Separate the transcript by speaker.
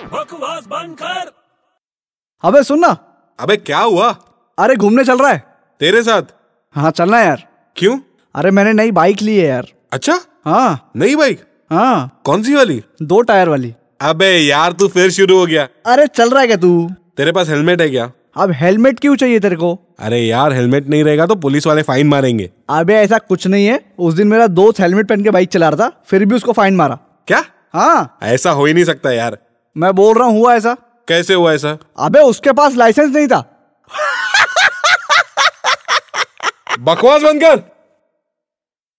Speaker 1: आवाज बंद कर
Speaker 2: अबे हाँ सुन ना
Speaker 3: अबे क्या हुआ
Speaker 2: अरे घूमने चल रहा है
Speaker 3: तेरे साथ
Speaker 2: हाँ चलना है यार
Speaker 3: क्यों
Speaker 2: अरे मैंने नई बाइक ली है यार
Speaker 3: अच्छा
Speaker 2: हाँ
Speaker 3: नई बाइक
Speaker 2: हाँ
Speaker 3: कौन सी वाली
Speaker 2: दो टायर वाली
Speaker 3: अबे यार तू फिर शुरू हो गया
Speaker 2: अरे चल रहा है क्या तू
Speaker 3: तेरे पास हेलमेट है क्या
Speaker 2: अब हेलमेट क्यों चाहिए तेरे को
Speaker 3: अरे यार हेलमेट नहीं रहेगा तो पुलिस वाले फाइन मारेंगे
Speaker 2: अबे ऐसा कुछ नहीं है उस दिन मेरा दोस्त हेलमेट पहन के बाइक चला रहा था फिर भी उसको फाइन मारा
Speaker 3: क्या
Speaker 2: हाँ
Speaker 3: ऐसा हो ही नहीं सकता यार
Speaker 2: मैं बोल रहा हूँ हुआ ऐसा
Speaker 3: कैसे हुआ ऐसा
Speaker 2: अबे उसके पास लाइसेंस नहीं था
Speaker 3: बकवास बंद कर